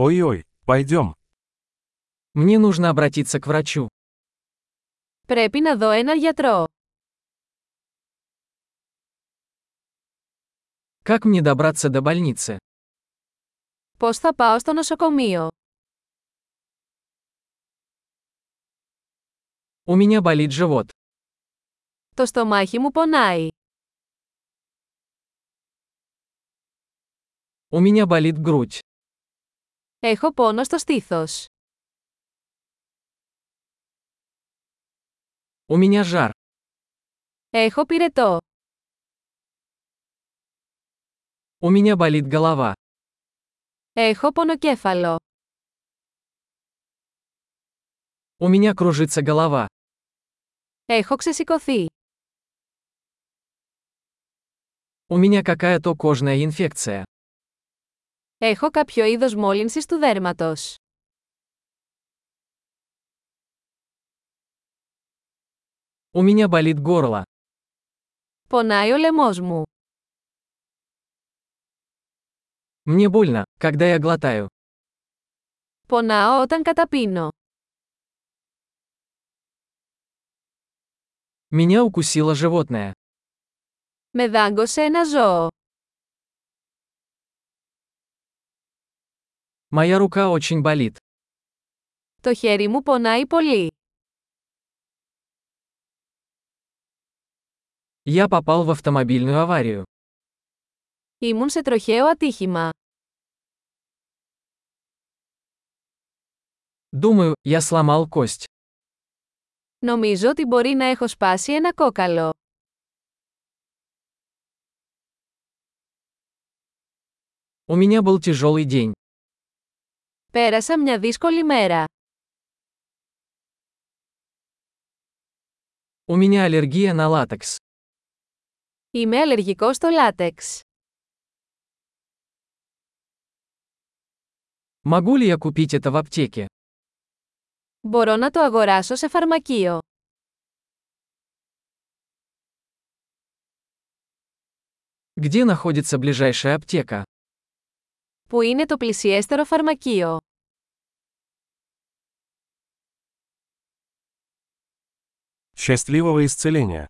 Ой-ой, пойдем. Мне нужно обратиться к врачу. Πρέπει να δω έναν γιατρό. Как мне добраться до больницы? Πώς θα πάω στο νοσοκομείο. У меня болит живот. Το στομάχι μου πονάει. У меня болит грудь. Έχω πόνο στο στήθος. У меня жар. Έχω πυρετό. У меня болит голова. Έχω πονοκέφαλο. У меня кружится голова. Έχω ξεσηκωθεί. У меня какая-то кожная инфекция. Έχω κάποιο είδος μόλυνσης του δέρματος. У меня болит горло. Πονάει ο λαιμός μου. Мне больно, когда я глотаю. Πονάω όταν καταπίνω. Меня укусило животное. Με δάγκωσε ένα ζώο. Моя рука очень болит. Το χέρι μου πονάει πολύ. Я попал в автомобильную аварию. Ήμουν σε τροχαίο ατύχημα. Думаю, я сломал кость. Νομίζω ότι μπορεί να έχω σπάσει ένα κόκαλο. У меня был тяжелый день. Πέρασα μια δύσκολη μέρα. У меня аллергия на латекс. Είμαι αλλεργικός στο λάτεξ. Могу ли я купить это в аптеке? Μπορώ να το αγοράσω σε φαρμακείο. Где находится ближайшая аптека? Που είναι το πλησιέστερο φαρμακείο. Счастливого исцеления!